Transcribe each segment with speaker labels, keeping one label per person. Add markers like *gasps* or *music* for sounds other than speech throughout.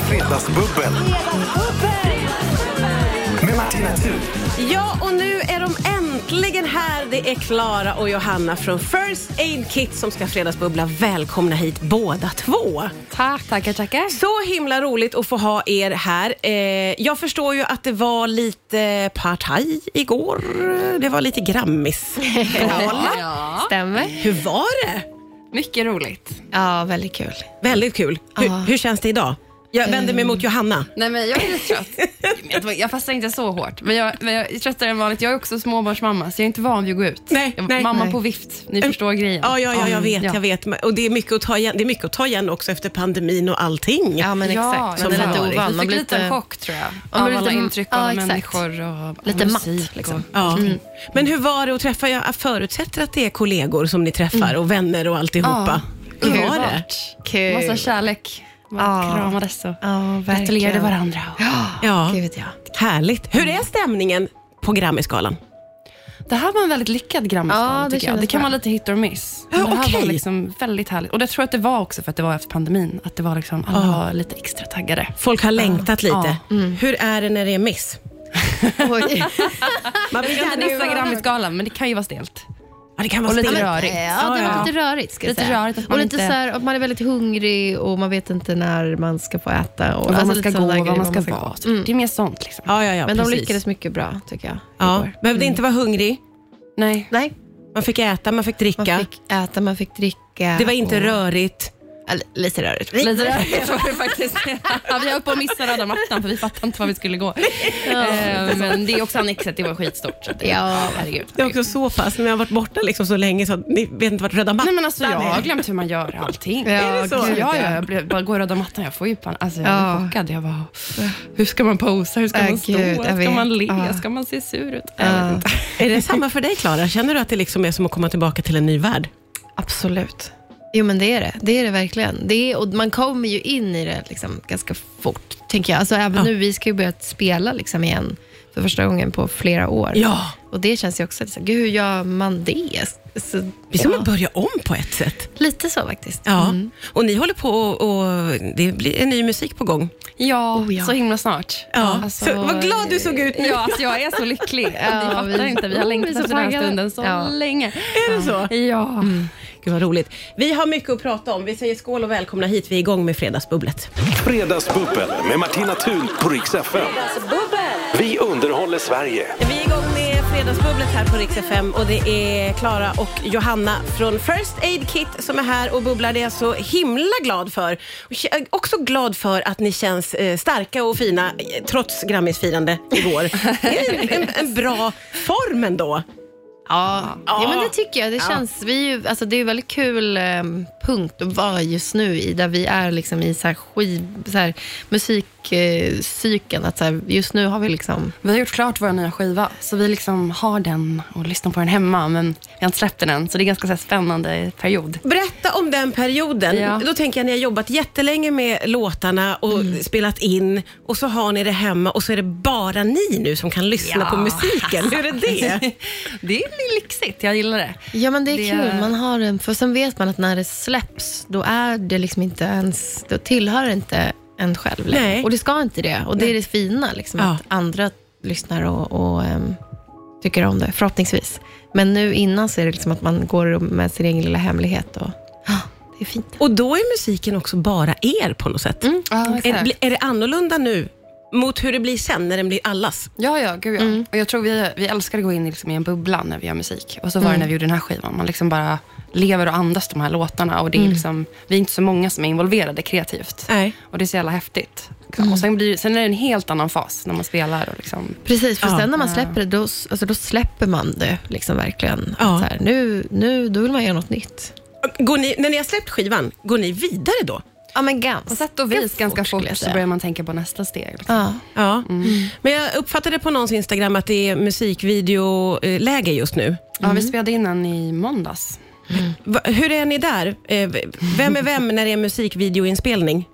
Speaker 1: Fredagsbubbel med Martina Thun.
Speaker 2: Ja, och nu är de äntligen här. Det är Klara och Johanna från First Aid Kit som ska fredagsbubbla. Välkomna hit båda två.
Speaker 3: Tack. Tackar, tackar.
Speaker 2: Så himla roligt att få ha er här. Eh, jag förstår ju att det var lite partaj igår. Det var lite grammis.
Speaker 3: Stämmer.
Speaker 2: Hur var det?
Speaker 4: Mycket roligt.
Speaker 3: Ja, väldigt kul.
Speaker 2: Väldigt kul. Hur,
Speaker 3: Ja.
Speaker 2: hur känns det idag? Jag vänder mig mot Johanna.
Speaker 4: Nej, men jag är lite trött. *laughs* Jag var- Jag fastnar inte så hårt, men jag, men jag är tröttare än vanligt. Jag är också småbarnsmamma, så jag är inte van vid att gå ut.
Speaker 2: Nej,
Speaker 4: jag,
Speaker 2: nej.
Speaker 4: mamma
Speaker 2: Nej.
Speaker 4: på vift, ni förstår grejen.
Speaker 2: Ja, ja, ja, jag vet.
Speaker 4: Ja.
Speaker 2: Jag vet. Men- Och det är, mycket att ta igen. det är mycket att ta igen också efter pandemin och allting.
Speaker 3: Ja, men
Speaker 4: Ja,
Speaker 3: exakt.
Speaker 4: men
Speaker 3: Man är
Speaker 4: det
Speaker 3: lite
Speaker 4: var-
Speaker 3: ovan.
Speaker 4: Vi
Speaker 3: Man
Speaker 4: fick
Speaker 3: blir
Speaker 4: lite en
Speaker 3: lite...
Speaker 4: chock tror jag.
Speaker 3: man
Speaker 4: av
Speaker 3: blir
Speaker 4: alla
Speaker 3: lite-
Speaker 4: intryck,
Speaker 3: ja,
Speaker 4: av
Speaker 3: exakt.
Speaker 4: människor och av
Speaker 3: Lite matt,
Speaker 4: musik.
Speaker 3: liksom.
Speaker 4: Mm.
Speaker 2: Ja. Mm. Men hur var det att träffa? Jag förutsätter att det är kollegor som ni träffar och vänner och alltihopa.
Speaker 4: Mm. Ja.
Speaker 2: Hur var
Speaker 4: Underbart.
Speaker 2: det?
Speaker 3: Kul.
Speaker 4: Massa kärlek. Man
Speaker 3: Ja.
Speaker 4: kramades och
Speaker 3: Ja, verkligen.
Speaker 4: gratulerade *gasps* varandra.
Speaker 2: Ja,
Speaker 3: Gud, ja.
Speaker 2: härligt. Hur är stämningen på Grammisgalan?
Speaker 4: Det här var en väldigt lyckad Grammisgala,
Speaker 3: Ja, det
Speaker 4: tycker jag.
Speaker 3: kändes
Speaker 4: Det kan
Speaker 3: bra.
Speaker 4: vara lite hit or miss.
Speaker 2: Ja,
Speaker 4: Men det här
Speaker 2: okej.
Speaker 4: var liksom väldigt härligt. Och det tror jag att det var också för att det var efter pandemin. Att det var liksom, alla var lite extra taggade.
Speaker 2: Folk har längtat lite.
Speaker 4: Ja. Mm.
Speaker 2: Hur är det när det är miss?
Speaker 3: *laughs* Oj.
Speaker 2: Man blir
Speaker 4: Jag
Speaker 2: gärna...
Speaker 4: nästa Grammisgalan, men det kan ju vara stelt.
Speaker 2: Ja, det kan vara
Speaker 4: Och lite
Speaker 2: stelt.
Speaker 4: rör.
Speaker 3: Ja,
Speaker 4: Rörigt.
Speaker 3: det
Speaker 2: Ja, ja.
Speaker 3: var lite rörigt. Ska jag
Speaker 4: Lite
Speaker 3: säga.
Speaker 4: rörigt att man
Speaker 3: och lite
Speaker 4: inte-
Speaker 3: så här, att man är väldigt hungrig och man vet inte när man ska få äta. Och,
Speaker 4: Och var
Speaker 3: alltså
Speaker 4: man
Speaker 3: lite
Speaker 4: ska gå,
Speaker 3: sådana
Speaker 4: var
Speaker 3: grejer,
Speaker 4: man ska vara. Det är mer sånt. Liksom.
Speaker 2: Ja, ja, ja,
Speaker 3: Men de
Speaker 2: precis.
Speaker 3: lyckades mycket bra, tycker jag.
Speaker 2: Ja.
Speaker 3: igår.
Speaker 4: Mm.
Speaker 2: Behövde inte vara hungrig.
Speaker 4: Nej.
Speaker 3: Nej,
Speaker 2: Man fick äta, man fick dricka.
Speaker 3: man fick äta, man fick dricka.
Speaker 2: Det var inte
Speaker 3: och-
Speaker 2: rörigt.
Speaker 3: Eller, Lite rörigt.
Speaker 4: Lite
Speaker 3: *laughs*
Speaker 4: rörigt var det faktiskt. *laughs* Ja, vi höll på att missa röda mattan för vi fattade inte var vi skulle gå. Eh, Men det är också annexet, det var skitstort. Så det,
Speaker 3: Ja.
Speaker 4: herregud.
Speaker 2: Det är också så pass, när jag har varit borta liksom så länge så att ni vet inte vart röda mattan
Speaker 4: Nej men alltså jag har
Speaker 2: är.
Speaker 4: glömt hur man gör allting.
Speaker 3: Ja,
Speaker 2: Är det så?
Speaker 4: Ja,
Speaker 3: gud,
Speaker 4: ja, jag blev, bara går röda mattan, jag får ju pan- alltså, jag
Speaker 3: Ja.
Speaker 4: är chockad. Jag bara, hur ska man posa, hur ska
Speaker 3: Äh,
Speaker 4: man stå,
Speaker 3: gud, jag
Speaker 4: ska
Speaker 3: vet.
Speaker 4: man le,
Speaker 3: Ja.
Speaker 4: ska man se sur ut? Jag vet
Speaker 3: Ja.
Speaker 4: inte.
Speaker 2: Är det samma för dig Klara? Känner du att det liksom är som att komma tillbaka till en ny värld?
Speaker 3: Absolut. Jo men det är det. Det är det verkligen. Det är, och man kommer ju in i det liksom ganska fort, tänker jag. Alltså, även
Speaker 2: Ja.
Speaker 3: nu, vi ska ju börja spela liksom igen för första gången på flera år.
Speaker 2: Ja.
Speaker 3: Och det känns ju också, liksom, gud hur gör man det? Så,
Speaker 2: Det är som
Speaker 3: ja,
Speaker 2: att börja om på ett sätt.
Speaker 3: lite så faktiskt.
Speaker 2: Ja.
Speaker 3: Mm.
Speaker 2: Och ni håller på och, och det blir en ny musik på gång.
Speaker 4: Ja,
Speaker 3: Oh, ja.
Speaker 4: så himla snart.
Speaker 2: Ja.
Speaker 4: Alltså,
Speaker 2: så, vad glad du såg ut nu.
Speaker 4: Ja, alltså jag är så lycklig. *laughs*
Speaker 3: Ja,
Speaker 4: ni fattar
Speaker 3: vi-
Speaker 4: inte, vi har längtat
Speaker 3: vi är så
Speaker 4: efter den här
Speaker 3: taggade.
Speaker 4: stunden så
Speaker 3: Ja.
Speaker 4: länge.
Speaker 2: Är det så?
Speaker 4: Ja.
Speaker 2: Gud vad roligt. Vi har mycket att prata om. Vi säger skål och välkomna hit. Vi är igång med Fredagsbubblet.
Speaker 1: Fredagsbubbel med Martina Thun på Rix FM. Vi underhåller Sverige.
Speaker 2: Vi är igång med Fredagsbubblet här på Rix FM och det är Klara och Johanna från First Aid Kit som är här och bubblar. Det är jag så himla glad för. Och jag är Också glad för att ni känns eh, starka och fina eh, trots Grammisfirande igår. Det är en, en, en bra form ändå.
Speaker 3: Ja. ja, men det tycker jag. Det, känns, vi är ju, alltså, det är ju väldigt kul eh, punkt att vara just nu i, där vi är liksom i så här skiv, så här, musikcykeln. att så här, just nu har vi liksom...
Speaker 4: Vi har gjort klart vår nya skiva, så vi liksom har den och lyssnar på den hemma, men vi har inte släppt den än, så det är ganska så här, spännande period.
Speaker 2: Berätta om den perioden.
Speaker 4: Ja.
Speaker 2: Då tänker jag ni har jobbat jättelänge med låtarna och spelat in och så har ni det hemma och så är det bara ni nu som kan lyssna
Speaker 4: Ja.
Speaker 2: på musiken. Hur är det?
Speaker 4: det är lyxigt, jag gillar det.
Speaker 3: Ja, men det är
Speaker 4: Det-
Speaker 3: kul. Man har en, för sen vet man att när det släpps, då är det liksom inte ens, då tillhör det inte en själv längre.
Speaker 2: Nej.
Speaker 3: Och det ska inte det. Och det är det fina, liksom,
Speaker 2: Ja.
Speaker 3: att andra lyssnar och, och ehm, tycker om det, förhoppningsvis. Men nu innan så är det liksom att man går med sin egen lilla hemlighet. Och, ah, det är fint.
Speaker 2: Och då är musiken också bara er på något sätt.
Speaker 4: Ja,
Speaker 2: Är, bli- är det annorlunda nu mot hur det blir sen när den blir allas?
Speaker 4: Ja, ja, gud ja. Och jag tror vi, vi älskar att gå in i, liksom, i en bubbla när vi gör musik. Och så var det när vi gjorde den här skivan. Man liksom bara lever och andas de här låtarna. Och det är liksom, vi är inte så många som är involverade kreativt.
Speaker 2: Nej.
Speaker 4: Och det är så jävla häftigt. Liksom. Och sen, blir, sen är det en helt annan fas när man spelar. Och liksom,
Speaker 3: Precis, för
Speaker 2: Ja.
Speaker 3: sen när man släpper det, då, s- alltså, då släpper man det liksom verkligen.
Speaker 2: Ja.
Speaker 3: Att Så här, nu, nu, då vill man göra något nytt.
Speaker 2: Går ni, när ni har släppt skivan, går ni vidare då?
Speaker 3: Ja, men ganska
Speaker 4: på sätt och vis ganska fort,
Speaker 3: skulle jag
Speaker 4: så
Speaker 3: säga.
Speaker 4: börjar man tänka på nästa steg. Liksom.
Speaker 3: Ja.
Speaker 2: Ja. Mm. Men jag uppfattade på någons Instagram att det är musikvideoläge just nu.
Speaker 4: Ja, vi spelade in den i måndags.
Speaker 2: Va- Hur är ni där? Eh, v- Vem är vem när det är musikvideoinspelning?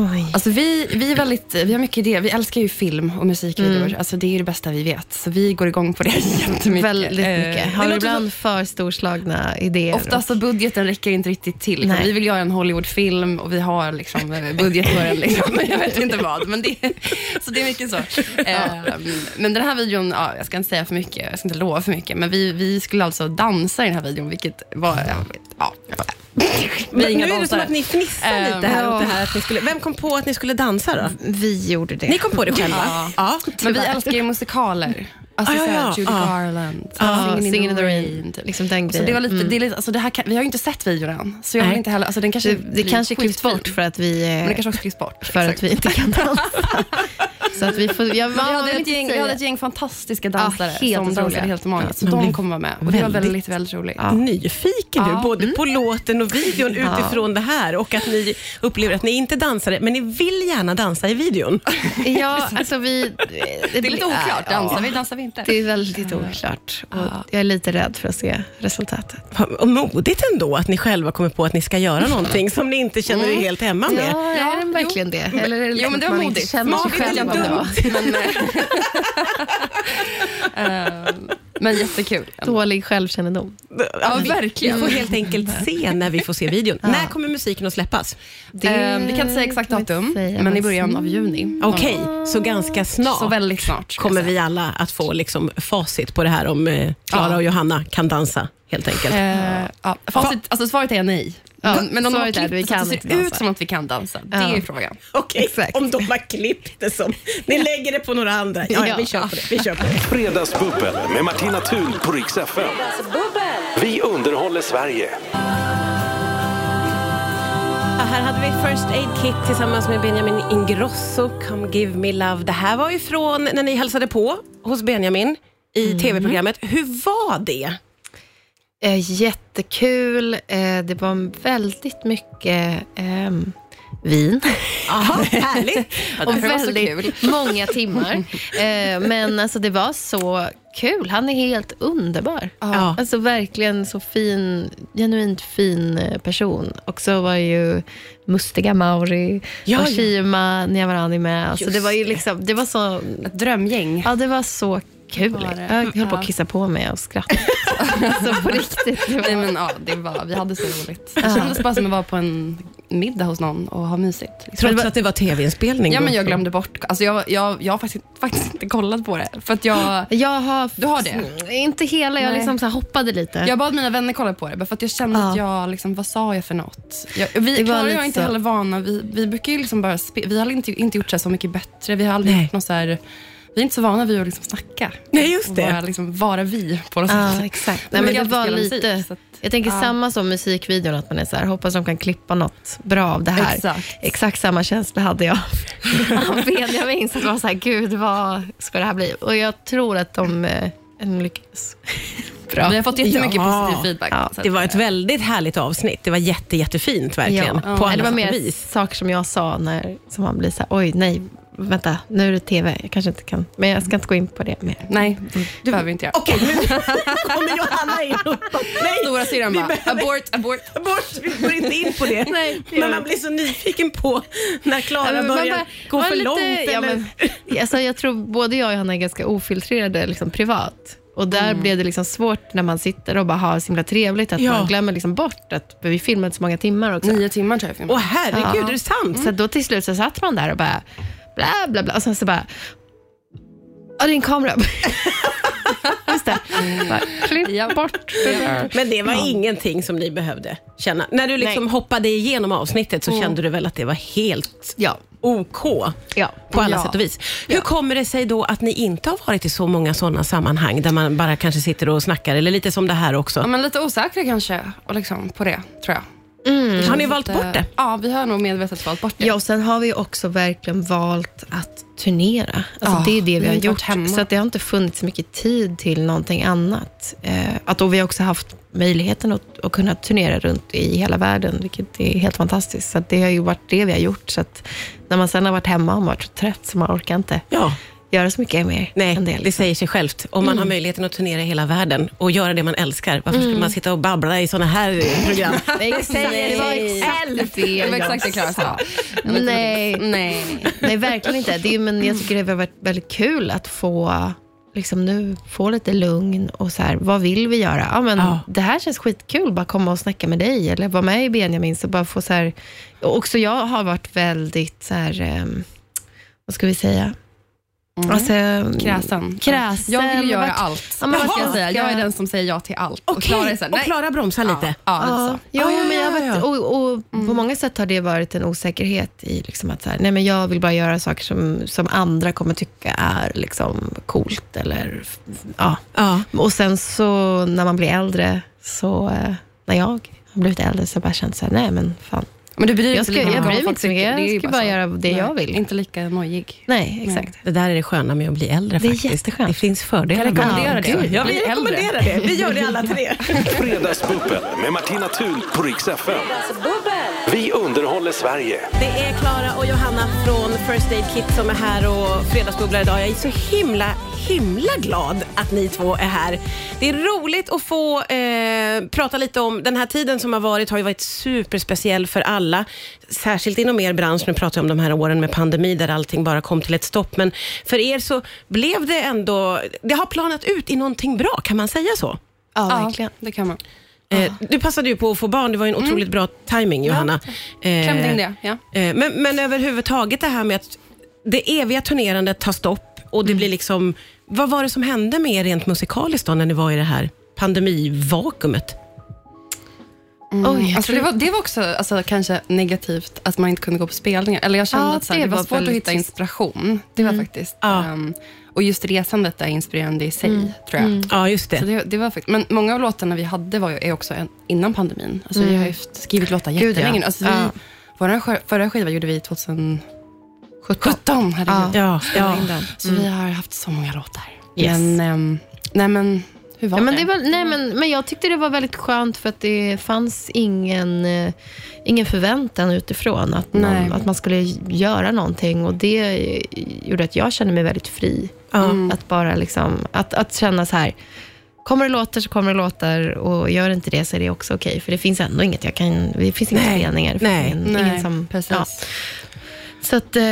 Speaker 2: Oj.
Speaker 4: Alltså vi, vi, är väldigt, vi har mycket idéer. Vi älskar ju film och musikvideor. Alltså det är ju det bästa vi vet. Så vi går igång på det *laughs* jättemycket.
Speaker 3: Väldigt
Speaker 4: Eh,
Speaker 3: mycket.
Speaker 4: det
Speaker 3: Har du
Speaker 4: låter
Speaker 3: ibland för storslagna idéer?
Speaker 4: Ofta så budgeten räcker inte riktigt till. Liksom.
Speaker 3: Nej.
Speaker 4: Vi vill göra en Hollywoodfilm och vi har liksom eh, budget för den. Liksom. *laughs* Jag vet inte vad, men det, så det är mycket så. *laughs* Ehm, men den här videon, ja, jag ska inte säga för mycket, jag ska inte lova för mycket, men vi, vi skulle alltså dansa i den här videon, vilket var... Ja, vi
Speaker 2: Men nu är det som att ni fnissar
Speaker 4: Ehm,
Speaker 2: lite här åt
Speaker 3: ja.
Speaker 2: det här att ni skulle, Vem kom på att ni skulle dansa då?
Speaker 3: Vi gjorde det.
Speaker 2: Ni kom på det själva? Ja.
Speaker 4: Men vi älskar ju musikaler. Alltså
Speaker 2: Ah, ja,
Speaker 4: såhär
Speaker 2: ja,
Speaker 4: Judy
Speaker 2: ja.
Speaker 4: Garland,
Speaker 3: Ja,
Speaker 4: Singin'
Speaker 3: Singin' in the Rain,
Speaker 4: typ.
Speaker 3: liksom den
Speaker 4: så det var
Speaker 3: grejen.
Speaker 4: lite, det är lite, alltså det här kan, vi har ju inte sett videon än, så jag
Speaker 2: Nej.
Speaker 4: vill inte heller, alltså den kanske
Speaker 3: det, det
Speaker 4: blir
Speaker 3: kanske klipps
Speaker 4: skitfin.
Speaker 3: bort för att vi... eh,
Speaker 4: Men det kanske också klipps bort.
Speaker 3: för att vi inte
Speaker 4: *laughs*
Speaker 3: kan dansa. så att vi får... Jag,
Speaker 4: Men vi,
Speaker 3: vad
Speaker 4: hade
Speaker 3: jag
Speaker 4: ett gäng, vi
Speaker 3: säga?
Speaker 4: hade ett gäng fantastiska dansare
Speaker 3: helt
Speaker 4: som
Speaker 3: otroliga.
Speaker 4: dansade helt magiskt. Så
Speaker 2: man blir
Speaker 4: de kommer vara med och det var väldigt, väldigt roligt.
Speaker 2: Nyfiken du, både på låten och videon utifrån det här och att ni upplever att ni inte dansar, men ni vill gärna dansa i videon.
Speaker 4: *laughs*
Speaker 3: Ja, alltså vi...
Speaker 4: Det är lite oklart, dansar
Speaker 3: Ja,
Speaker 4: vi, dansar vi inte?
Speaker 3: det är väldigt oklart. Och Jag är lite rädd för att se resultatet.
Speaker 2: Och modigt ändå att ni själva kommer på att ni ska göra någonting som ni inte känner er helt hemma med.
Speaker 3: Ja, är den verkligen det? Eller är det
Speaker 4: Jo,
Speaker 3: liksom
Speaker 4: men det
Speaker 3: att
Speaker 4: var
Speaker 3: man inte
Speaker 4: modigt.
Speaker 3: känner sig
Speaker 4: Modigt,
Speaker 3: själv
Speaker 4: jag
Speaker 3: vad bra?
Speaker 4: Men, *laughs* eh, ehm, men jättekul.
Speaker 3: Dålig självkännedom.
Speaker 2: Ja, vi-
Speaker 4: verkligen.
Speaker 2: Vi får helt enkelt se när vi får se videon. När kommer musiken att släppas?
Speaker 4: Ehm, vi kan inte säga exakt
Speaker 3: kan vi inte
Speaker 4: datum,
Speaker 3: säga,
Speaker 4: men i
Speaker 3: men
Speaker 4: början av juni.
Speaker 2: Okej, Ah. så ganska snart.
Speaker 4: Så väldigt snart. ska jag
Speaker 2: kommer
Speaker 4: säga.
Speaker 2: vi alla att få liksom facit på det här om eh, Klara
Speaker 4: Ja.
Speaker 2: och Johanna kan dansa helt enkelt.
Speaker 4: Eh, ja, facit, alltså svaret är nej.
Speaker 3: Ja,
Speaker 4: Men- men om de har
Speaker 3: svaret är att
Speaker 4: klippt
Speaker 3: vi
Speaker 4: så att
Speaker 3: kan
Speaker 4: det
Speaker 3: inte
Speaker 4: ser ut
Speaker 3: dansa.
Speaker 4: som att vi kan dansa, det
Speaker 3: Ja.
Speaker 4: är frågan.
Speaker 2: Okej,
Speaker 3: exakt.
Speaker 2: om de har klippt det som... Ni lägger det på några andra. Ja, ja.
Speaker 3: Ja.
Speaker 2: Vi kör på det. Vi kör på det.
Speaker 1: Fredagsbubbel med Martina Thun på Rix FM. Vi underhåller Sverige.
Speaker 2: Ja, här hade vi First Aid Kit tillsammans med Benjamin Ingrosso, Come Give Me Love. Det här var ju från när ni hälsade på hos Benjamin i tv-programmet. Hur var det?
Speaker 3: Eh, jättekul. Eh, det var väldigt mycket ehm, vin.
Speaker 2: Aha, *laughs* härligt.
Speaker 4: därför
Speaker 3: Och
Speaker 4: det var så
Speaker 3: väldigt många timmar. Eh, men alltså det var så kul. Han är helt underbar.
Speaker 2: Ja.
Speaker 3: Alltså verkligen så fin, genuint fin eh, person. Och så var ju mustiga Mauri
Speaker 2: Ja,
Speaker 3: och
Speaker 2: ja.
Speaker 3: Shima Niavarani med. Alltså
Speaker 2: Just
Speaker 3: det var ju
Speaker 2: det.
Speaker 3: liksom, det var så,
Speaker 4: Ett drömgäng.
Speaker 3: ja det var så kul.
Speaker 4: Var det?
Speaker 3: Jag höll på
Speaker 4: Ja.
Speaker 3: att kissa på mig och skratta. *laughs* alltså på riktigt. Det var
Speaker 4: Nej men ja, det var, vi hade så roligt. Det kändes bara som att vara på en middag hos någon och ha mysigt. liksom.
Speaker 2: Trots att det var tv-inspelning.
Speaker 4: Ja men
Speaker 2: då.
Speaker 4: jag glömde bort, alltså jag, jag, jag har faktiskt, faktiskt inte kollat på det. För att jag,
Speaker 3: Jag har... Mm,
Speaker 4: Du har det?
Speaker 3: Inte hela, jag
Speaker 4: Nej.
Speaker 3: liksom så här hoppade lite.
Speaker 4: jag bad mina vänner kolla på det, bara för att jag kände
Speaker 3: Ja.
Speaker 4: att jag, liksom, vad sa jag för något? Jag, vi,
Speaker 3: Det var
Speaker 4: Klara och jag
Speaker 3: lite
Speaker 4: är inte
Speaker 3: så.
Speaker 4: heller vana, vi, vi brukar ju liksom bara, spe, vi har inte, inte gjort så, här så mycket bättre, vi har aldrig
Speaker 2: Nej.
Speaker 4: gjort något så här, vi är inte så vana vid att liksom snacka.
Speaker 2: Nej, just
Speaker 4: Och
Speaker 2: det.
Speaker 4: Bara, liksom, vara vi på något
Speaker 3: Ja,
Speaker 4: sätt.
Speaker 3: exakt.
Speaker 4: Vi
Speaker 3: Nej, men
Speaker 4: brukar
Speaker 3: det var
Speaker 4: alltid spela
Speaker 3: lite...
Speaker 4: musik, så att-
Speaker 3: jag tänker samma som musikvideon, att man är så här, hoppas de kan klippa något bra av det här.
Speaker 4: Exakt.
Speaker 3: Exakt samma känsla hade *laughs* jag. av Benjamin, så det var så här, gud vad ska det här bli? Och jag tror att de, eh, de lyckas.
Speaker 4: Vi har fått jättemycket
Speaker 2: Ja.
Speaker 4: positiv feedback.
Speaker 3: Ja,
Speaker 4: så att-
Speaker 2: Det var ett väldigt härligt avsnitt. Det var jätte, jättefint verkligen. På
Speaker 3: Nej, det var
Speaker 2: alla
Speaker 3: mer
Speaker 2: sätt och vis.
Speaker 3: saker som jag sa, när, som man blir så här, oj nej, vänta, nu är det tv, jag kanske inte kan, men jag ska inte gå in på det mer.
Speaker 4: Nej, Mm. det behöver vi inte göra.
Speaker 2: Okej, nu kommer Johanna in och bara, nej,
Speaker 4: Stora syrran
Speaker 2: vi
Speaker 4: bara,
Speaker 2: behöver-
Speaker 4: abort, abort.
Speaker 2: Abort, vi går inte in på det.
Speaker 3: *laughs* Nej, det gör
Speaker 2: men
Speaker 3: vi
Speaker 2: man blir så nyfiken på när
Speaker 3: Ja,
Speaker 2: Klara
Speaker 3: men man
Speaker 2: börjar
Speaker 3: bara-
Speaker 2: gå
Speaker 3: man
Speaker 2: för
Speaker 3: lite-
Speaker 2: långt.
Speaker 3: ja,
Speaker 2: eller?
Speaker 3: men- alltså, jag tror både jag och Johanna är ganska ofiltrerade liksom, privat. Och där
Speaker 2: Mm.
Speaker 3: blev det liksom svårt när man sitter och bara har så himla trevligt, att
Speaker 2: Ja.
Speaker 3: man glömmer liksom bort att vi filmade så många timmar också.
Speaker 4: Nio timmar tror jag
Speaker 2: Åh
Speaker 4: filmen.
Speaker 2: herregud,
Speaker 3: Ja. Mm.
Speaker 2: är det sant?
Speaker 3: Så då till slut så satt man där och bara bla bla bla och sen så bara, ja det är en kamera. *laughs* Just det. Bara, klipp bort det där.
Speaker 2: Men det var ingenting som ni behövde känna. När du liksom
Speaker 3: Nej. Mm.
Speaker 2: hoppade igenom avsnittet så kände du väl att det var helt
Speaker 3: Ja.
Speaker 2: OK
Speaker 3: Ja.
Speaker 2: på alla
Speaker 4: Ja.
Speaker 2: sätt och vis. Hur kommer det sig då att ni inte har varit i så många sådana sammanhang där man bara kanske sitter och snackar, eller lite som det här också?
Speaker 4: Ja, men lite osäkra kanske och liksom, på det, tror jag.
Speaker 3: Mm.
Speaker 2: Har ni valt bort det?
Speaker 4: Ja, vi har nog medvetet valt bort det.
Speaker 3: Ja, och sen har vi också verkligen valt att turnera. Alltså,
Speaker 4: Ja,
Speaker 3: det är det
Speaker 4: vi
Speaker 3: vi
Speaker 4: har
Speaker 3: har
Speaker 4: inte
Speaker 3: gjort.
Speaker 4: varit hemma.
Speaker 3: Så att det har inte funnits mycket tid till någonting annat. Eh, att, och vi har också haft möjligheten att, att kunna turnera runt i hela världen, vilket är helt fantastiskt. Så att det har ju varit det vi har gjort. Så att när man sen har varit hemma och varit så trött, så man orkar inte.
Speaker 2: Ja.
Speaker 3: göra så mycket mer
Speaker 2: Nej,
Speaker 3: än det.
Speaker 2: det
Speaker 3: Liksom.
Speaker 2: säger sig självt. Om man har möjligheten att turnera i hela världen och göra det man älskar, varför skulle man sitta och babbla i sådana här program?
Speaker 3: Nej, det var exakt det
Speaker 4: Det var
Speaker 3: jag
Speaker 4: exakt det Klara sa.
Speaker 3: Nej.
Speaker 4: Nej.
Speaker 3: Nej, verkligen inte. Det är, men jag tycker det har varit väldigt kul att få, liksom nu, få lite lugn och så här, vad vill vi göra? Ja, men
Speaker 2: Ja.
Speaker 3: Det här känns skitkul, bara komma och snacka med dig eller vara med i Benjamins och bara få så här, och också jag har varit väldigt så här, ehm, vad ska vi säga?
Speaker 2: Mm.
Speaker 3: Alltså,
Speaker 4: Kräsen.
Speaker 3: Kräsen.
Speaker 4: Jag vill göra
Speaker 3: Vad-
Speaker 4: allt.
Speaker 3: Ja, men vad
Speaker 4: ska
Speaker 3: ska-
Speaker 4: jag säga? Jag är den som säger ja till allt. Och
Speaker 2: Okej,
Speaker 4: Klara är såhär,
Speaker 2: och
Speaker 4: nej.
Speaker 2: Klara bromsar lite.
Speaker 4: Ja, lite
Speaker 3: Ja,
Speaker 4: så.
Speaker 3: jo,
Speaker 2: Ah, ja,
Speaker 3: men jag har
Speaker 2: ja,
Speaker 3: varit,
Speaker 2: ja. Mm.
Speaker 3: och, och på många sätt har det varit en osäkerhet i liksom att så här, nej, men jag vill bara göra saker som, som andra kommer tycka är liksom coolt. Eller, ja.
Speaker 2: Ja.
Speaker 3: Och sen så när man blir äldre, så eh, när jag har blivit äldre så har jag bara känt så här, nej men fan.
Speaker 4: Men du bryr dig
Speaker 3: Jag
Speaker 4: inte
Speaker 3: ska-
Speaker 4: lika
Speaker 3: jag
Speaker 4: mycket om
Speaker 3: bryr mig
Speaker 4: vad
Speaker 3: inte så
Speaker 4: folk tycker.
Speaker 3: mycket. Jag
Speaker 4: Det är ju
Speaker 3: ska
Speaker 4: så.
Speaker 3: bara göra det jag vill.
Speaker 4: Inte lika nojig.
Speaker 3: Nej, exakt.
Speaker 2: Det där är det sköna med att bli äldre
Speaker 3: Det är
Speaker 2: faktiskt.
Speaker 3: jätteskönt.
Speaker 2: Det finns fördelar
Speaker 4: Jag rekommenderar
Speaker 2: med
Speaker 4: det.
Speaker 2: Gud, Ja, vi
Speaker 4: Bli äldre.
Speaker 2: rekommenderar det. Vi gör det alla tre. *laughs*
Speaker 1: Fredagsbubbel med Martina Thun på Rix FM. Vi underhåller Sverige.
Speaker 2: Det är Klara och Johanna från First Aid Kit som är här och fredagsbubblar idag. Jag är så himla, himla glad att ni två är här. Det är roligt att få eh, prata lite om den här tiden som har varit har ju varit superspeciell för alla. Särskilt inom er bransch, nu pratar jag om de här åren med pandemi där allting bara kom till ett stopp. Men för er så blev det ändå, det har planat ut i någonting bra, kan man säga så?
Speaker 3: Ja,
Speaker 4: Ja,
Speaker 3: verkligen.
Speaker 4: det kan man.
Speaker 2: Eh, du passade ju på att få barn, det var ju en otroligt bra timing Johanna. Eh,
Speaker 4: Mm. Klämde in det, ja.
Speaker 2: Eh, Men, men överhuvudtaget det här med att det eviga turnerandet tar stopp och det blir liksom, vad var det som hände med er rent musikaliskt då när ni var i det här pandemivakuumet?
Speaker 3: Oj, jag
Speaker 4: Alltså det, var, det var också alltså, kanske negativt att man inte kunde gå på spelningar. Eller jag kände
Speaker 3: Ja,
Speaker 4: att så här,
Speaker 3: det
Speaker 4: det, var
Speaker 3: var
Speaker 4: svårt att
Speaker 3: väldigt
Speaker 4: hitta
Speaker 3: trist.
Speaker 4: inspiration. Det
Speaker 3: Mm.
Speaker 4: var faktiskt.
Speaker 2: Ja.
Speaker 4: ehm, och just resandet är inspirerande i
Speaker 3: Mm.
Speaker 4: sig, tror jag.
Speaker 2: Ja, just
Speaker 4: Så
Speaker 2: det.
Speaker 4: det, det var faktiskt, men många av låtarna vi hade var ju, är också en, innan pandemin. Alltså Vi har ju skrivit låtar
Speaker 3: Mm. ja.
Speaker 4: jättelänge. nu. Alltså vi,
Speaker 3: Ja.
Speaker 4: Vår skö- förra skiva gjorde vi 2017.
Speaker 3: 17.
Speaker 4: herregud.
Speaker 2: Ja, ja.
Speaker 3: Ja. Mm.
Speaker 4: Så vi har haft så många låtar.
Speaker 3: Yes.
Speaker 4: Men, ehm, nej men, hur var
Speaker 3: Ja, men,
Speaker 4: det?
Speaker 3: det var, nej, men, men jag tyckte det var väldigt skönt för att det fanns ingen, eh, ingen förväntan utifrån att,
Speaker 4: Nej.
Speaker 3: någon, att man skulle göra någonting och det eh, gjorde att jag kände mig väldigt fri.
Speaker 4: Mm.
Speaker 3: Att bara liksom, att, att känna så här, kommer det låtar så kommer det låtar och gör det inte det så är det också okej för det finns ändå inget jag kan, det finns inga
Speaker 2: Nej.
Speaker 3: spelningar. det finns
Speaker 2: Nej.
Speaker 3: ingen,
Speaker 4: nej,
Speaker 3: ingen som,
Speaker 4: precis.
Speaker 3: ja. Så att, eh,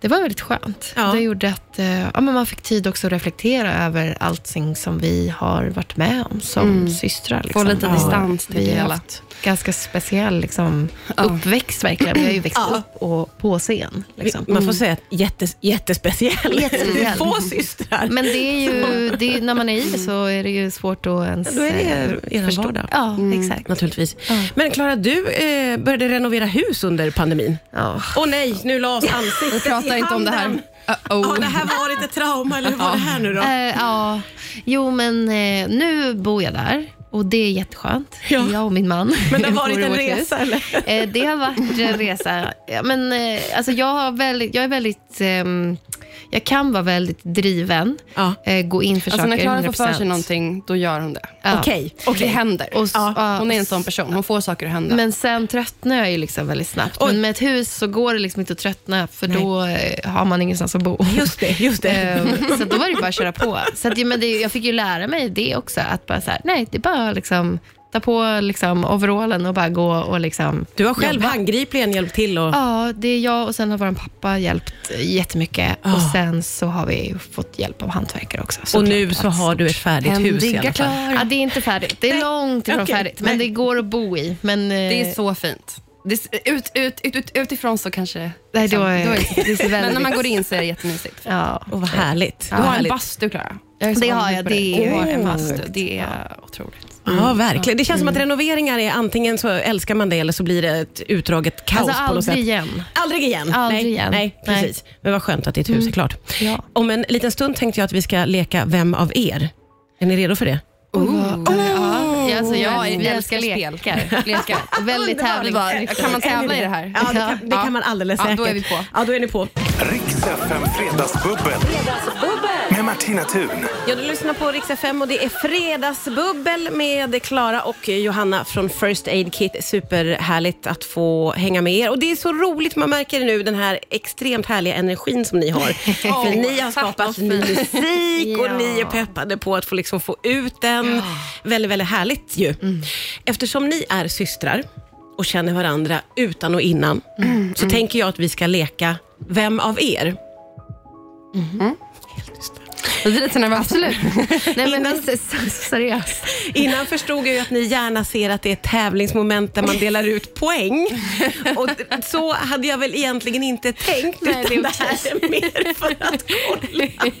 Speaker 3: det var väldigt skönt.
Speaker 2: Ja.
Speaker 3: Det gjorde att eh, ja, men man fick tid också att reflektera över allting som vi har varit med om som systrar.
Speaker 4: Mm. Få
Speaker 3: Liksom.
Speaker 4: lite
Speaker 3: Ja.
Speaker 4: distans till
Speaker 3: Vi
Speaker 4: det
Speaker 3: har
Speaker 4: hela.
Speaker 3: haft ganska speciell liksom, uppväxt verkligen. Vi har ju växt upp och på scen. Liksom.
Speaker 2: Man får säga att jättes, jättespeciell. *laughs*
Speaker 3: Jättespeciell.
Speaker 2: Få systrar.
Speaker 3: Men det är
Speaker 2: *laughs*
Speaker 3: ju, det är, när man är i det så är det ju svårt att ens
Speaker 2: Då är det er-
Speaker 3: eh,
Speaker 2: er
Speaker 3: förstå.
Speaker 2: vardag. Mm.
Speaker 3: Ja, exakt.
Speaker 2: Naturligtvis. Men Klara, du eh, började renovera hus under pandemin.
Speaker 3: Ja.
Speaker 2: Åh nej, nu la oss ansiktet
Speaker 4: Vi pratar
Speaker 2: i
Speaker 4: inte om det här.
Speaker 2: handen.
Speaker 4: Uh-oh.
Speaker 2: Har det här varit ett trauma eller hur var det här nu då?
Speaker 3: Eh, ja, jo men eh, nu bor jag där och det är jätteskönt.
Speaker 2: Ja.
Speaker 3: Jag och min man.
Speaker 2: Men det har varit
Speaker 3: bor i
Speaker 2: en
Speaker 3: vårt
Speaker 2: resa,
Speaker 3: hus.
Speaker 2: eller?
Speaker 3: Eh, det har varit
Speaker 2: *laughs*
Speaker 3: en resa. Ja, men, eh, alltså, jag, har väldigt, jag är väldigt... ehm, jag kan vara väldigt driven,
Speaker 2: Ja.
Speaker 3: eh, gå in för
Speaker 4: Alltså när
Speaker 3: saker
Speaker 4: Klara får för sig
Speaker 3: 100%.
Speaker 4: någonting, då gör hon det.
Speaker 3: Ja.
Speaker 2: Okej,
Speaker 4: Och det händer.
Speaker 3: Och s- ja.
Speaker 4: Hon är en sån person. Hon får saker att hända.
Speaker 3: Men sen tröttnar jag ju liksom väldigt snabbt.
Speaker 2: Oj.
Speaker 3: Men med ett hus så går det liksom inte att tröttna, för då eh, har man ingenstans att bo.
Speaker 2: Just det, just det.
Speaker 3: *laughs* Ehm, så då var det bara att köra på. Så att, ju- men det, jag fick ju lära mig det också, att bara så här, nej, det är bara liksom ta på liksom overallen och bara gå och liksom...
Speaker 2: Du har själv handgripligen hjälpt till och...
Speaker 3: Ja, det är jag och sen har vår pappa hjälpt jättemycket. Och sen så har vi fått hjälp av hantverkare också.
Speaker 2: Ah. och
Speaker 3: såklart.
Speaker 2: nu så
Speaker 3: Att-
Speaker 2: har du ett färdigt hus i alla fall.
Speaker 4: Klara.
Speaker 3: Ja, det är inte färdigt. Det är långt ifrån
Speaker 2: okej.
Speaker 3: färdigt, men
Speaker 2: Nej.
Speaker 3: det går att bo i. Men, eh,
Speaker 4: Det är så fint. Det, s- ut, ut, ut, ut, utifrån så kanske... liksom,
Speaker 3: Nej, då är-
Speaker 4: det
Speaker 3: det ser
Speaker 4: Men när
Speaker 3: väldigt-
Speaker 4: man går in så är det jättemysigt.
Speaker 3: Ja.
Speaker 2: Och vad härligt.
Speaker 4: Du har en
Speaker 2: härligt.
Speaker 4: bastu, Klara.
Speaker 3: Det har jag, det
Speaker 4: Du
Speaker 3: är-
Speaker 4: har en
Speaker 3: Åh.
Speaker 4: bastu. Det är otroligt.
Speaker 2: Ja, verkligen. Det känns som att
Speaker 3: Mm.
Speaker 2: renoveringar är antingen så älskar man det eller så blir det ett utdraget kaos
Speaker 3: Alltså,
Speaker 2: på något sätt.
Speaker 3: aldrig igen.
Speaker 2: Aldrig igen.
Speaker 3: Aldrig
Speaker 2: nej,
Speaker 3: igen.
Speaker 2: Nej,
Speaker 3: Nej. Mm.
Speaker 2: precis. Men vad skönt att ditt hus är klart.
Speaker 3: Ja.
Speaker 2: Om en liten stund tänkte jag att vi ska leka Vem av er? Är ni redo för det?
Speaker 3: Ja, alltså, jag,
Speaker 4: Jag
Speaker 3: vi
Speaker 4: Oh. älskar
Speaker 3: älskar
Speaker 4: spel. *laughs*
Speaker 3: lekar. lekar. Och väldigt
Speaker 4: Underbart. Vi bara,
Speaker 3: tävlings...
Speaker 4: Kan man tävla i det här?
Speaker 2: Ja, det kan, det
Speaker 4: Ja.
Speaker 2: kan man alldeles
Speaker 4: Ja,
Speaker 2: säkert.
Speaker 4: då är vi på.
Speaker 2: Ja, då är ni på.
Speaker 1: Rix FM Fredagsbubbel. Med Med Martina Thun.
Speaker 2: Ja, du lyssnar på Rix FM och det är fredagsbubbel med Klara och Johanna från First Aid Kit. Superhärligt att få hänga med er. Och det är så roligt, man märker nu den här extremt härliga energin som ni har. För ni har skapat ny musik och ni är peppade på att få, liksom få ut den. Väldigt, väldigt härligt ju. Eftersom ni är systrar och känner varandra utan och innan, så tänker jag att vi ska leka Vem av er?
Speaker 4: Jag blir lite nervös. Absolut.
Speaker 3: Nej, men s- s- seriöst.
Speaker 2: Innan förstod jag ju att ni gärna ser att det är ett tävlingsmoment där man delar ut poäng. Och så hade jag väl egentligen inte tänkt,
Speaker 3: Nej, det är
Speaker 2: utan det här är mer för att kolla.
Speaker 3: *laughs*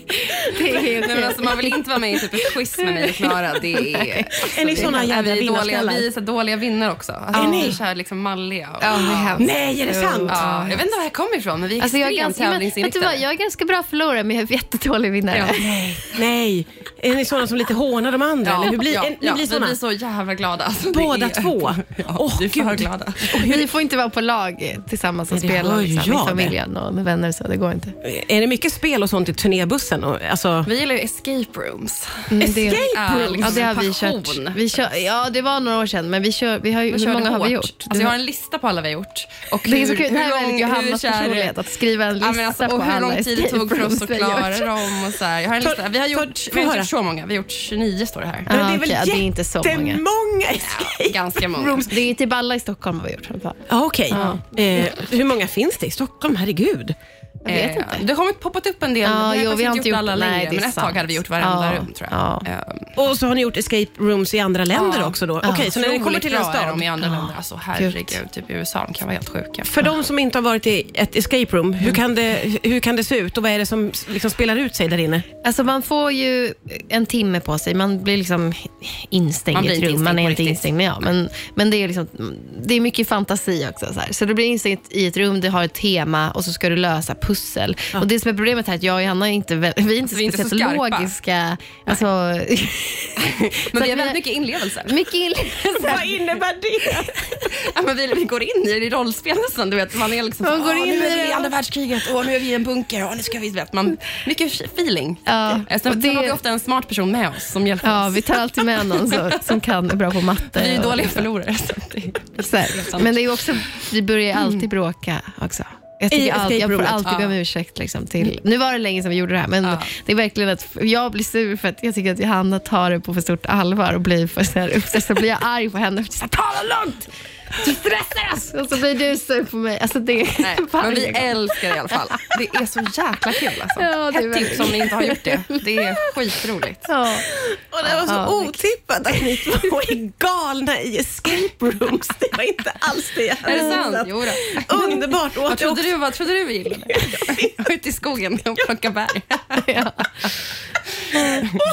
Speaker 3: Det är helt
Speaker 4: Nej, men alltså, man vill inte vara med i typ ett quiz med mig och Klara. Det är, alltså,
Speaker 2: Är ni
Speaker 4: det-
Speaker 2: såna jävla
Speaker 4: vi är dåliga,
Speaker 2: vinnarskallar?
Speaker 4: Vi är så dåliga vinnare också. Alltså,
Speaker 2: Är
Speaker 4: vi
Speaker 2: ni?
Speaker 4: är så här liksom malliga. Och,
Speaker 3: Ja, det är hemskt.
Speaker 2: Nej, är det sant?
Speaker 4: ja, jag vet inte var jag kommer ifrån, men vi är
Speaker 3: Alltså, jag, är
Speaker 4: extremt
Speaker 3: ganska, men, vet du
Speaker 4: tävlingsinriktade.
Speaker 3: vad, jag är ganska bra förlorare, men jag är jättedålig vinnare.
Speaker 2: Nej, nej. Är ni sådana som lite hånar de andra? eller hur blir,
Speaker 4: ja,
Speaker 2: är, ni
Speaker 4: ja,
Speaker 2: blir såna?
Speaker 4: Vi blir så jävla glada. Alltså, det
Speaker 2: Båda
Speaker 4: är-
Speaker 2: två?
Speaker 4: Ja,
Speaker 2: Åh,
Speaker 4: vi är för
Speaker 2: gud.
Speaker 4: glada.
Speaker 3: Vi får inte vara på lag tillsammans och
Speaker 2: Nej, det
Speaker 3: spela
Speaker 2: hör ju
Speaker 3: liksom,
Speaker 2: jag
Speaker 3: i familjen och med vänner. och Så, det går inte.
Speaker 2: Är det mycket spel och sånt i turnébussen? Och, alltså,
Speaker 4: Vi gillar ju escape rooms.
Speaker 3: Mm, det-
Speaker 2: escape
Speaker 4: ja,
Speaker 2: rooms?
Speaker 4: liksom-
Speaker 3: Ja, det har vi
Speaker 4: Passion.
Speaker 3: kört. Vi kör. Ja, det var några år sedan, men vi kör, vi har, ju-
Speaker 4: Vi
Speaker 3: hur
Speaker 4: körde
Speaker 3: många har vi
Speaker 4: hårt.
Speaker 3: gjort?
Speaker 4: Alltså, jag har en lista på alla vi har gjort. Och
Speaker 3: det är så kul. det här är
Speaker 4: lång-
Speaker 3: väldigt Johannas
Speaker 4: kär-
Speaker 3: personlighet, att skriva en lista
Speaker 4: Ja, men alltså,
Speaker 3: på
Speaker 4: och hur
Speaker 3: alla
Speaker 4: lång tid det
Speaker 3: escape
Speaker 4: tog för oss
Speaker 3: rooms
Speaker 4: att
Speaker 3: vi har
Speaker 4: klara
Speaker 3: gjort.
Speaker 4: dem. Och så här. Jag har en
Speaker 2: För-
Speaker 4: lista. Vi har
Speaker 2: för-
Speaker 4: gjort,
Speaker 2: för
Speaker 4: vi har inte
Speaker 2: höra.
Speaker 4: gjort så många, vi har gjort 29 står det här.
Speaker 2: Men
Speaker 3: Ah, okej, ja, det är inte så många.
Speaker 2: jättemånga escape
Speaker 4: Ganska många.
Speaker 2: rooms.
Speaker 3: Det är till Balla i Stockholm har vi gjort. i alla fall.
Speaker 2: Ja, Okej. Eh, hur många finns det i Stockholm? Herregud.
Speaker 3: Jag vet
Speaker 4: Eh,
Speaker 3: inte.
Speaker 4: Det har kommit poppat upp en del.
Speaker 3: Ja,
Speaker 4: men
Speaker 3: jo,
Speaker 4: faktiskt
Speaker 3: vi har inte gjort-
Speaker 4: alla
Speaker 3: nej,
Speaker 4: längre.
Speaker 3: det är
Speaker 4: Men ett tag
Speaker 3: sant.
Speaker 4: hade vi gjort varenda
Speaker 3: Ja,
Speaker 4: rum tror jag.
Speaker 3: ja.
Speaker 4: Eh,
Speaker 2: Och så har ni gjort escape rooms i andra länder
Speaker 4: Ja.
Speaker 2: också då? Okej, så när ni kommer
Speaker 4: otroligt
Speaker 2: till en
Speaker 4: bra är de
Speaker 2: stad.
Speaker 4: i andra länder. Alltså herregud, typ i USA, de kan vara helt sjuka.
Speaker 2: För de som inte har varit i ett escape room, hur kan det, hur kan det se ut och vad är det som liksom spelar ut sig där inne?
Speaker 3: Alltså man får ju en timme på sig. Man blir liksom instängd
Speaker 4: Man
Speaker 3: i
Speaker 4: blir
Speaker 3: ett
Speaker 4: inte
Speaker 3: rum. Man
Speaker 4: instängd
Speaker 3: är
Speaker 4: på
Speaker 3: inte
Speaker 4: riktigt.
Speaker 3: instängd. Men, ja, men, men det, är liksom, det är mycket fantasi också. Så, här. så du blir instängd i ett rum, du har ett tema och så ska du lösa pussel. Och Det som är problemet här är att jag och Hanna är inte, vä- *laughs* vi är inte
Speaker 4: Vi är inte så
Speaker 3: speciellt
Speaker 4: skarpa.
Speaker 3: logiska. Alltså, *laughs*
Speaker 4: Men
Speaker 3: Så
Speaker 4: vi har
Speaker 3: att
Speaker 4: väldigt mycket inlevelse.
Speaker 3: mycket inlevelse.
Speaker 2: Vad innebär det?
Speaker 4: *laughs* Ja, men vi, vi går in i det i rollspelelsen, du vet. Man är liksom
Speaker 3: Man
Speaker 4: så,
Speaker 3: går
Speaker 4: "Åh,
Speaker 3: in
Speaker 4: nu
Speaker 3: i
Speaker 4: är vi
Speaker 3: det."
Speaker 4: i andra världskriget, åh, nu är vi i en bunker, åh, nu ska vi, vet, man, mycket feeling.
Speaker 3: Ja,
Speaker 4: Eh, sen,
Speaker 3: och
Speaker 4: sen
Speaker 3: det-
Speaker 4: har vi ofta en smart person med oss som hjälper
Speaker 3: Ja,
Speaker 4: oss.
Speaker 3: vi tar alltid med någon som, som kan är bra på matte.
Speaker 4: Vi är
Speaker 3: och-
Speaker 4: dåliga förlorare. Så att det...
Speaker 3: Så här. Men det är ju också, vi börjar
Speaker 4: Mm.
Speaker 3: ju alltid bråka också. Jag, tycker
Speaker 2: I
Speaker 3: allt,
Speaker 2: escape
Speaker 3: jag får
Speaker 2: roomet,
Speaker 3: alltid be om ursäkt. Liksom, till, nu var det länge sedan vi gjorde det här, men
Speaker 4: Mm. Ja.
Speaker 3: det är verkligen att jag blir sur för att jag tycker att Johanna tar det på för stort allvar och blir för så här uppstressad. Så blir jag arg på henne. Och så här, Ta det lugnt! Du stressar oss! Och så blir du sur på mig. Alltså, det är
Speaker 4: Nej, men
Speaker 3: *laughs* varje
Speaker 4: vi
Speaker 3: gång.
Speaker 4: älskar det i alla fall. Det är så jäkla kul alltså.
Speaker 3: Ja, det är
Speaker 4: Ett tips
Speaker 3: väldigt-
Speaker 4: om ni inte har gjort det. Det är skitroligt.
Speaker 3: Ja.
Speaker 2: Och det var så
Speaker 3: Ja, det-
Speaker 2: otippat att *laughs* ni två är galna i escape rooms. Det var inte alls det jag
Speaker 4: Är
Speaker 2: hade
Speaker 4: det sant?
Speaker 3: Mm.
Speaker 2: missat.
Speaker 4: Jo då.
Speaker 2: Underbart. Och
Speaker 4: Vad
Speaker 2: att det
Speaker 4: trodde
Speaker 2: också,
Speaker 4: du, vad trodde du vi
Speaker 3: *laughs*
Speaker 4: gillade? Ut i skogen och plocka bär.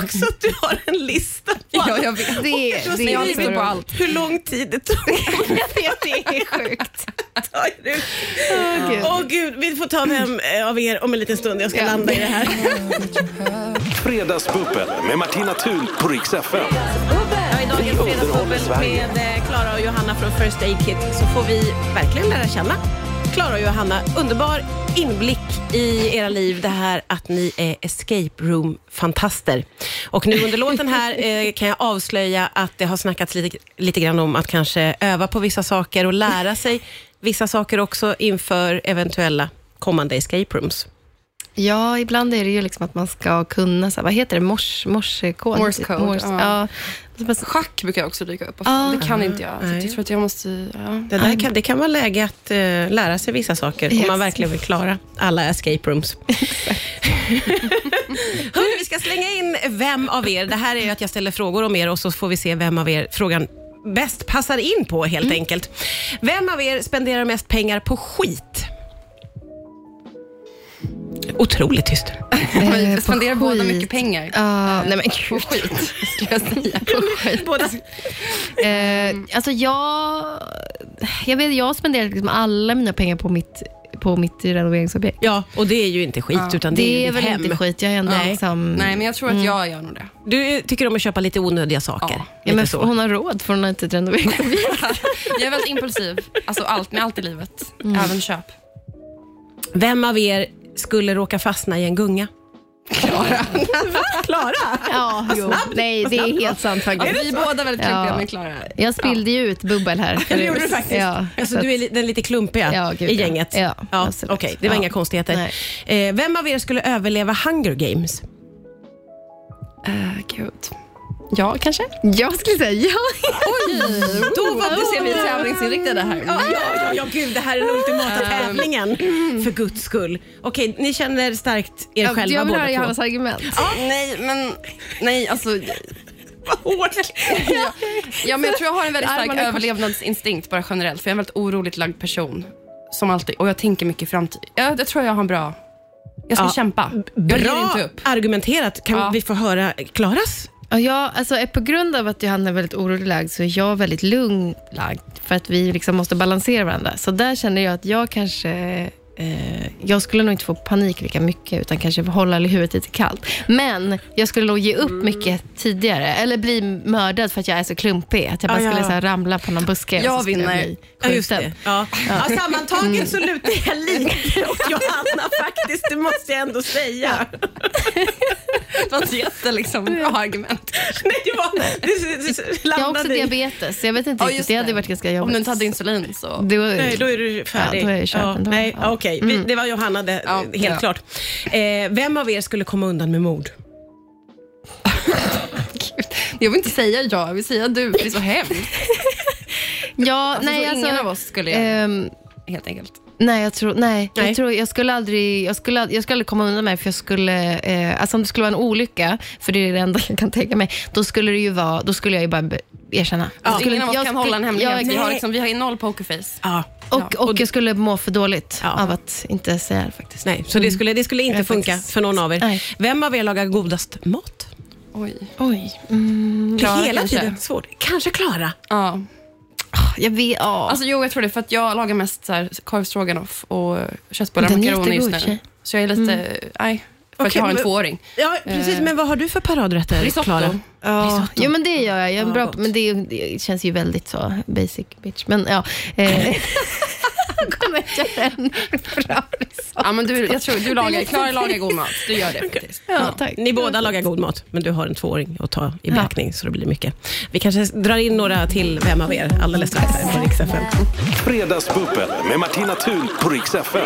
Speaker 2: också att du har en lista på
Speaker 4: Ja,
Speaker 2: allt.
Speaker 4: jag vet.
Speaker 3: Det,
Speaker 2: Du har
Speaker 3: det är
Speaker 2: skrivit
Speaker 4: så
Speaker 2: på
Speaker 4: roligt.
Speaker 2: allt. Hur lång tid det
Speaker 4: *laughs*
Speaker 2: tog.
Speaker 3: Det är sjukt.
Speaker 2: att ta er ut.
Speaker 3: Åh, gud.
Speaker 2: Åh gud, vi får ta vem eh, av er om en liten stund. Jag ska
Speaker 3: Ja.
Speaker 2: landa i det här.
Speaker 1: Fredagsbubbel med Martina Thun på Rix FM.
Speaker 2: Ja, I dagens fredagsbubbel med eh, Klara och Johanna från First Aid Kit så får vi verkligen lära känna Klara och Johanna. Underbar inblick i era liv, det här att ni är escape room-fantaster. Och nu under låten här eh, kan jag avslöja att det har snackats lite, lite grann om att kanske öva på vissa saker och lära sig vissa saker också inför eventuella kommande escape rooms.
Speaker 3: Ja, ibland är det ju liksom att man ska kunna, så här, vad heter det, mors, morsekod?
Speaker 4: Morse code, ja.
Speaker 3: ja. Och så bara så-
Speaker 4: Schack brukar också dyka upp. ofta.
Speaker 3: Ah.
Speaker 4: det kan inte jag. Så
Speaker 2: Nej.
Speaker 4: jag tror att jag måste... Ja.
Speaker 2: Det, där kan, det kan vara läge att eh, lära sig vissa saker om
Speaker 3: Yes.
Speaker 2: man verkligen vill klara alla escape
Speaker 3: *laughs*
Speaker 2: rooms. *laughs* Hörrni, vi ska slänga in vem av er. Det här är ju att jag ställer frågor om er och så får vi se vem av er frågan bäst passar in på helt
Speaker 3: Mm.
Speaker 2: enkelt. Vem av er spenderar mest pengar på skit? Otroligt tyst.
Speaker 3: Eh,
Speaker 4: Vi
Speaker 3: på
Speaker 4: spenderar båda
Speaker 3: skit.
Speaker 4: mycket pengar. Eh,
Speaker 3: Ja, nej men
Speaker 4: På
Speaker 3: gud. Mm.
Speaker 4: skit, skulle jag
Speaker 3: *laughs*
Speaker 4: säga.
Speaker 2: Båda.
Speaker 3: Eh, alltså jag, jag vet, jag har spenderat liksom alla mina pengar på mitt, på mitt renoveringsobjekt.
Speaker 2: Ja, och det är ju inte skit, utan det,
Speaker 3: Det,
Speaker 2: är ju
Speaker 3: är
Speaker 2: ditt
Speaker 3: väl
Speaker 2: hem.
Speaker 3: inte skit, jag är ändå
Speaker 2: Nej.
Speaker 3: liksom...
Speaker 4: Nej, men jag tror att jag gör nog det. *laughs*
Speaker 2: Du tycker om att köpa lite onödiga saker.
Speaker 4: Ja,
Speaker 3: Ja,
Speaker 2: lite
Speaker 3: men
Speaker 2: så.
Speaker 3: hon har råd för hon har inte
Speaker 2: *laughs*
Speaker 3: ett renoveringsobjekt.
Speaker 4: Jag är väldigt impulsiv. Alltså allt, med allt i livet.
Speaker 3: Mm.
Speaker 4: Även köp.
Speaker 2: Vem av er skulle råka fastna i en gunga?
Speaker 4: *laughs* Klara.
Speaker 2: *laughs* Klara?
Speaker 3: Ja, jo. Nej, det är helt sant faktiskt.
Speaker 4: Alltså, vi är båda väldigt
Speaker 3: Ja.
Speaker 4: lyckliga med Klara.
Speaker 3: Jag spillde ju ut bubbel här
Speaker 2: Ja,
Speaker 3: förut.
Speaker 2: det gjorde du faktiskt.
Speaker 3: Ja,
Speaker 2: alltså,
Speaker 3: så
Speaker 2: du
Speaker 3: att-
Speaker 2: är li- den lite klumpiga
Speaker 3: Ja, gud,
Speaker 2: i
Speaker 3: ja.
Speaker 2: gänget.
Speaker 3: Ja,
Speaker 2: Okej,
Speaker 3: absolut.
Speaker 2: det var
Speaker 3: Ja.
Speaker 2: inga konstigheter. Eh, vem av er skulle överleva Hunger Games?
Speaker 4: Eh,
Speaker 3: Äh,
Speaker 4: Gud. Ja, kanske?
Speaker 3: Jag skulle säga ja.
Speaker 2: Då var
Speaker 4: Nu ser vi
Speaker 2: du-
Speaker 4: tävlingsinriktade här.
Speaker 2: Ja, ja, ja, gud, det här är den ultimata tävlingen. För guds skull. Okej, ni känner starkt er själva
Speaker 3: jag vill
Speaker 2: båda
Speaker 3: höra
Speaker 2: två.
Speaker 3: Johannas argument.
Speaker 4: Nej, men... Nej, alltså...
Speaker 2: Hårt.
Speaker 4: *laughs* Ja, men jag tror jag har en väldigt stark
Speaker 3: Armarna i kors.
Speaker 4: överlevnadsinstinkt bara generellt. För jag är en väldigt oroligt lagd person. Som alltid. Och jag tänker mycket i framtid. Jag, jag tror jag har en bra... Jag ska
Speaker 2: Ja.
Speaker 4: kämpa. Jag ger
Speaker 2: Bra
Speaker 4: inte upp.
Speaker 2: argumenterat. Kan
Speaker 4: Ja.
Speaker 2: vi få höra Klaras?
Speaker 3: Ja, jag, alltså, eh, på grund av att Johanna är väldigt orolig lagd så är jag väldigt lugn lagd för att vi liksom måste balansera varandra. Så där känner jag att jag kanske... Eh, jag skulle nog inte få panik lika mycket utan kanske hålla huvudet lite kallt. Men jag skulle nog ge upp mycket tidigare eller bli mördad för att jag är så klumpig. Att jag bara
Speaker 2: Ja, ja.
Speaker 3: skulle så här, ramla på någon buske. och
Speaker 4: Jag
Speaker 3: så skulle
Speaker 4: vinner.
Speaker 3: bli
Speaker 2: Ja, just
Speaker 3: skjuten.
Speaker 2: det. Ja. Ja, sammantaget så lutar jag
Speaker 3: *laughs*
Speaker 2: lite åt Johanna faktiskt, det måste jag ändå säga.
Speaker 4: Det var inte jätte liksom, bra argument.
Speaker 2: Nej, det var, det, det, det
Speaker 3: Jag har också
Speaker 2: landade i...
Speaker 3: diabetes. Jag vet inte
Speaker 4: Ja,
Speaker 3: riktigt.
Speaker 4: just
Speaker 3: Det hade
Speaker 4: det.
Speaker 3: varit ganska
Speaker 4: Om
Speaker 3: jobbigt.
Speaker 4: du inte hade insulin
Speaker 3: *laughs*
Speaker 4: så...
Speaker 3: Det
Speaker 2: Nej,
Speaker 3: var,
Speaker 2: då är du färdig.
Speaker 3: Ja, då är jag kört ändå.
Speaker 2: nej,
Speaker 3: Ja. Mm.
Speaker 2: okej. Vi- Det var Johanna, det,
Speaker 4: Ja,
Speaker 2: helt
Speaker 4: ja.
Speaker 2: klart. Eh, vem av er skulle komma undan med mord?
Speaker 4: Jag vill inte säga ja, jag vill säga du. Det är så hemskt.
Speaker 3: ja,
Speaker 4: Alltså,
Speaker 3: nej,
Speaker 4: så
Speaker 3: alltså,
Speaker 4: ingen av oss skulle göra
Speaker 3: ehm,
Speaker 4: det, helt enkelt.
Speaker 3: Nej, jag tror, nej,
Speaker 2: Nej.
Speaker 3: Jag, tror jag, skulle aldrig, jag, skulle, ald- jag skulle aldrig komma undan med det, för jag skulle, eh, alltså om det skulle vara en olycka, för det är det enda *laughs* jag kan tänka mig, då skulle det ju vara, då skulle jag ju bara be- erkänna. Jag
Speaker 4: Alltså,
Speaker 3: skulle,
Speaker 4: ingen av oss
Speaker 3: jag
Speaker 4: kan
Speaker 3: skulle-
Speaker 4: hålla en hemlighet.
Speaker 3: jag-
Speaker 4: vi, har liksom, vi har ju noll pokerface.
Speaker 2: Ja.
Speaker 3: och, och jag skulle må för dåligt
Speaker 2: Ja.
Speaker 3: av att inte säga det faktiskt.
Speaker 2: Nej, så det skulle, det skulle inte
Speaker 3: Nej,
Speaker 2: funka
Speaker 3: faktiskt.
Speaker 2: för någon av er.
Speaker 3: Nej.
Speaker 2: Vem av er lagar godast mat?
Speaker 4: Oj.
Speaker 3: Oj. Mm,
Speaker 4: Klara
Speaker 2: Hela
Speaker 4: kanske.
Speaker 2: tiden svårt. Kanske Klara.
Speaker 4: Ja.
Speaker 3: jag vet, ja.
Speaker 4: Alltså, jo, jag tror det. För att jag lagar mest så här, korv stroganoff och köttbullar och
Speaker 3: Den är
Speaker 4: makaroner just nu.
Speaker 3: jättegod, tjej.
Speaker 4: Så jag är lite... Nej, för att
Speaker 2: Okej,
Speaker 4: jag har en
Speaker 2: men-
Speaker 4: tvååring.
Speaker 2: Ja, precis. Men vad har du för paradrätter,
Speaker 4: Risotto.
Speaker 2: Klara?
Speaker 3: Eh. Ja, jo, men det gör jag. Jag är
Speaker 2: Ja,
Speaker 3: bra
Speaker 2: gott.
Speaker 3: på, men det, är ju- det känns ju väldigt så basic bitch. Men ja. Eh, *laughs* kommer jag göra en bra risotto?
Speaker 4: Ja, men du, jag tror, du lagar, Klara lagar god mat. Du gör det faktiskt.
Speaker 3: Ja, tack.
Speaker 2: Ni båda lagar god mat, men du har en tvååring att ta i beaktning, så det blir mycket. Vi kanske drar in några till, vem av er, alldeles strax här på Rix FM.
Speaker 1: Fredagsbubbel med Martina Thun på Rix FM.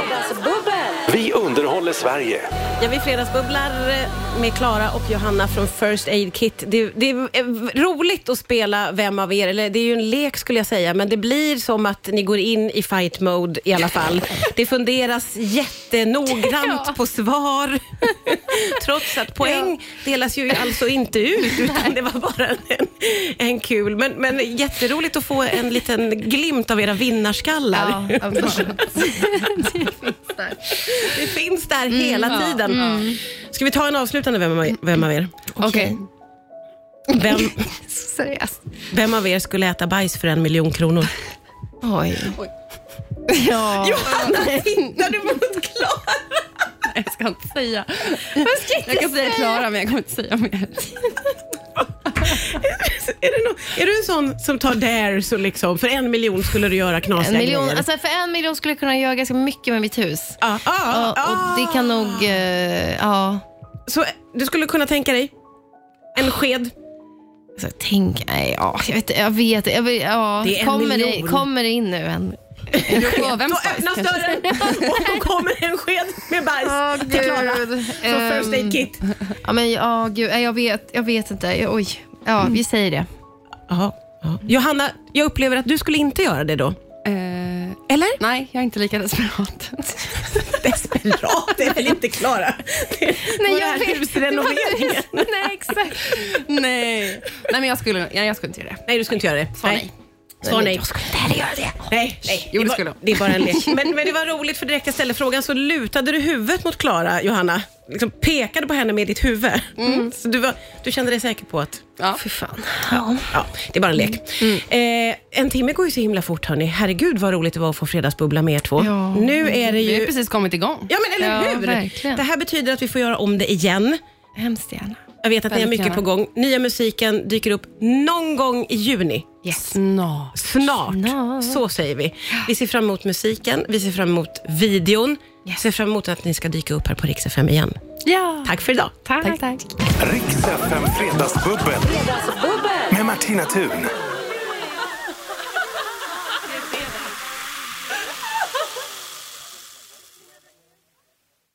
Speaker 1: Vi underhåller Sverige.
Speaker 2: Ja, vi fredagsbubblar eh, med Klara och Johanna från First Aid Kit. Det, det är eh, roligt att spela Vem av er? Eller det är ju en lek skulle jag säga, men det blir som att ni går in i fight mode i alla fall. Det funderas jättenoggrant på svar. *laughs* Trots att poäng delas ju alltså inte ut, utan det var bara en, en kul. Men, men jätteroligt att få en liten glimt av era vinnarskallar.
Speaker 3: Ja, *laughs* absolut.
Speaker 2: Det finns där hela tiden. Ska vi ta en avslutande vem av, vem av er?
Speaker 3: Okej.
Speaker 2: Vem,
Speaker 3: Så Seriöst.
Speaker 2: vem av er skulle äta bajs för en miljon kronor?
Speaker 3: Oj. *laughs* Ja.
Speaker 2: Johanna, tittar du mot Klara?
Speaker 4: Nej, jag ska inte säga. Jag kan säga Klara, men jag kommer inte säga mer.
Speaker 2: Är, det nå- är du en sån som tar dares och liksom, för en miljon skulle du göra knasiga
Speaker 3: En miljon,
Speaker 2: grejer? Ah,
Speaker 3: alltså för en miljon skulle jag kunna göra ganska mycket med mitt hus.
Speaker 2: Ja, ja,
Speaker 3: Ja,
Speaker 2: ja.
Speaker 3: och det kan nog... eh, ja.
Speaker 2: ah. Så du skulle kunna tänka dig en sked?
Speaker 3: Alltså, tänk, nej, ja, jag vet jag vet, jag vet ja.
Speaker 2: Det är en
Speaker 3: kommer, det,
Speaker 2: miljon.
Speaker 3: kommer det in nu en?
Speaker 4: Åh,
Speaker 2: Då
Speaker 4: vems bajs
Speaker 2: öppnas
Speaker 4: kanske?
Speaker 2: dörren och då kommer en sked med bajs till Klara. Från
Speaker 3: Ehm.
Speaker 2: First Aid Kit.
Speaker 3: Ja, men, ja, gud, nej, jag, vet, jag vet inte. Jag, oj. Ja, vi säger det.
Speaker 2: Ja, ja. Johanna, jag upplever att du skulle inte göra det då.
Speaker 4: Eh,
Speaker 2: Eller?
Speaker 4: nej, jag är inte lika desperat.
Speaker 2: Desperat är väl inte *laughs* Klara? Nej, jag vet. husrenoveringen.
Speaker 3: *laughs* nej, exakt.
Speaker 4: nej. nej, men jag skulle, jag, jag skulle inte göra det.
Speaker 2: Nej, du skulle inte göra det.
Speaker 4: Svar nej.
Speaker 2: Svar nej.
Speaker 3: Jag skulle inte heller göra det.
Speaker 2: Nej, nej.
Speaker 4: Jo, det
Speaker 2: var-
Speaker 4: skulle jag.
Speaker 2: det är bara en lek. Men, men det var roligt för direkt jag ställde frågan så lutade du huvudet mot Klara, Johanna. Liksom pekade på henne med ditt huvud. Så du, var, du kände dig säker på att
Speaker 4: Ja.
Speaker 3: Fy fan. Ja.
Speaker 2: Ja, det är bara en lek. Eh, en timme går ju så himla fort hörni. Herregud vad roligt det var att få fredagsbubbla med er två.
Speaker 3: Ja.
Speaker 2: Nu är det
Speaker 4: Vi har ju
Speaker 2: ju...
Speaker 4: precis kommit igång.
Speaker 2: Ja men eller
Speaker 3: Ja,
Speaker 2: hur?
Speaker 3: verkligen.
Speaker 2: Det här betyder att vi får göra om det igen.
Speaker 3: Hemskt gärna.
Speaker 2: Jag vet att ni har
Speaker 4: Väldigt
Speaker 2: mycket
Speaker 4: gärna.
Speaker 2: på gång. Nya musiken dyker upp någon gång i juni.
Speaker 3: Yes.
Speaker 4: Nå.
Speaker 2: Snart.
Speaker 3: Snart.
Speaker 2: Så säger vi. Vi ser fram emot musiken, vi ser fram emot videon.
Speaker 3: Yes.
Speaker 2: ser fram emot att ni ska dyka upp här på Rix FM igen.
Speaker 3: Ja.
Speaker 2: Tack för idag.
Speaker 3: Tack. tack, tack.
Speaker 1: Riks FM Fredagsbubbel. Med Martina Thun.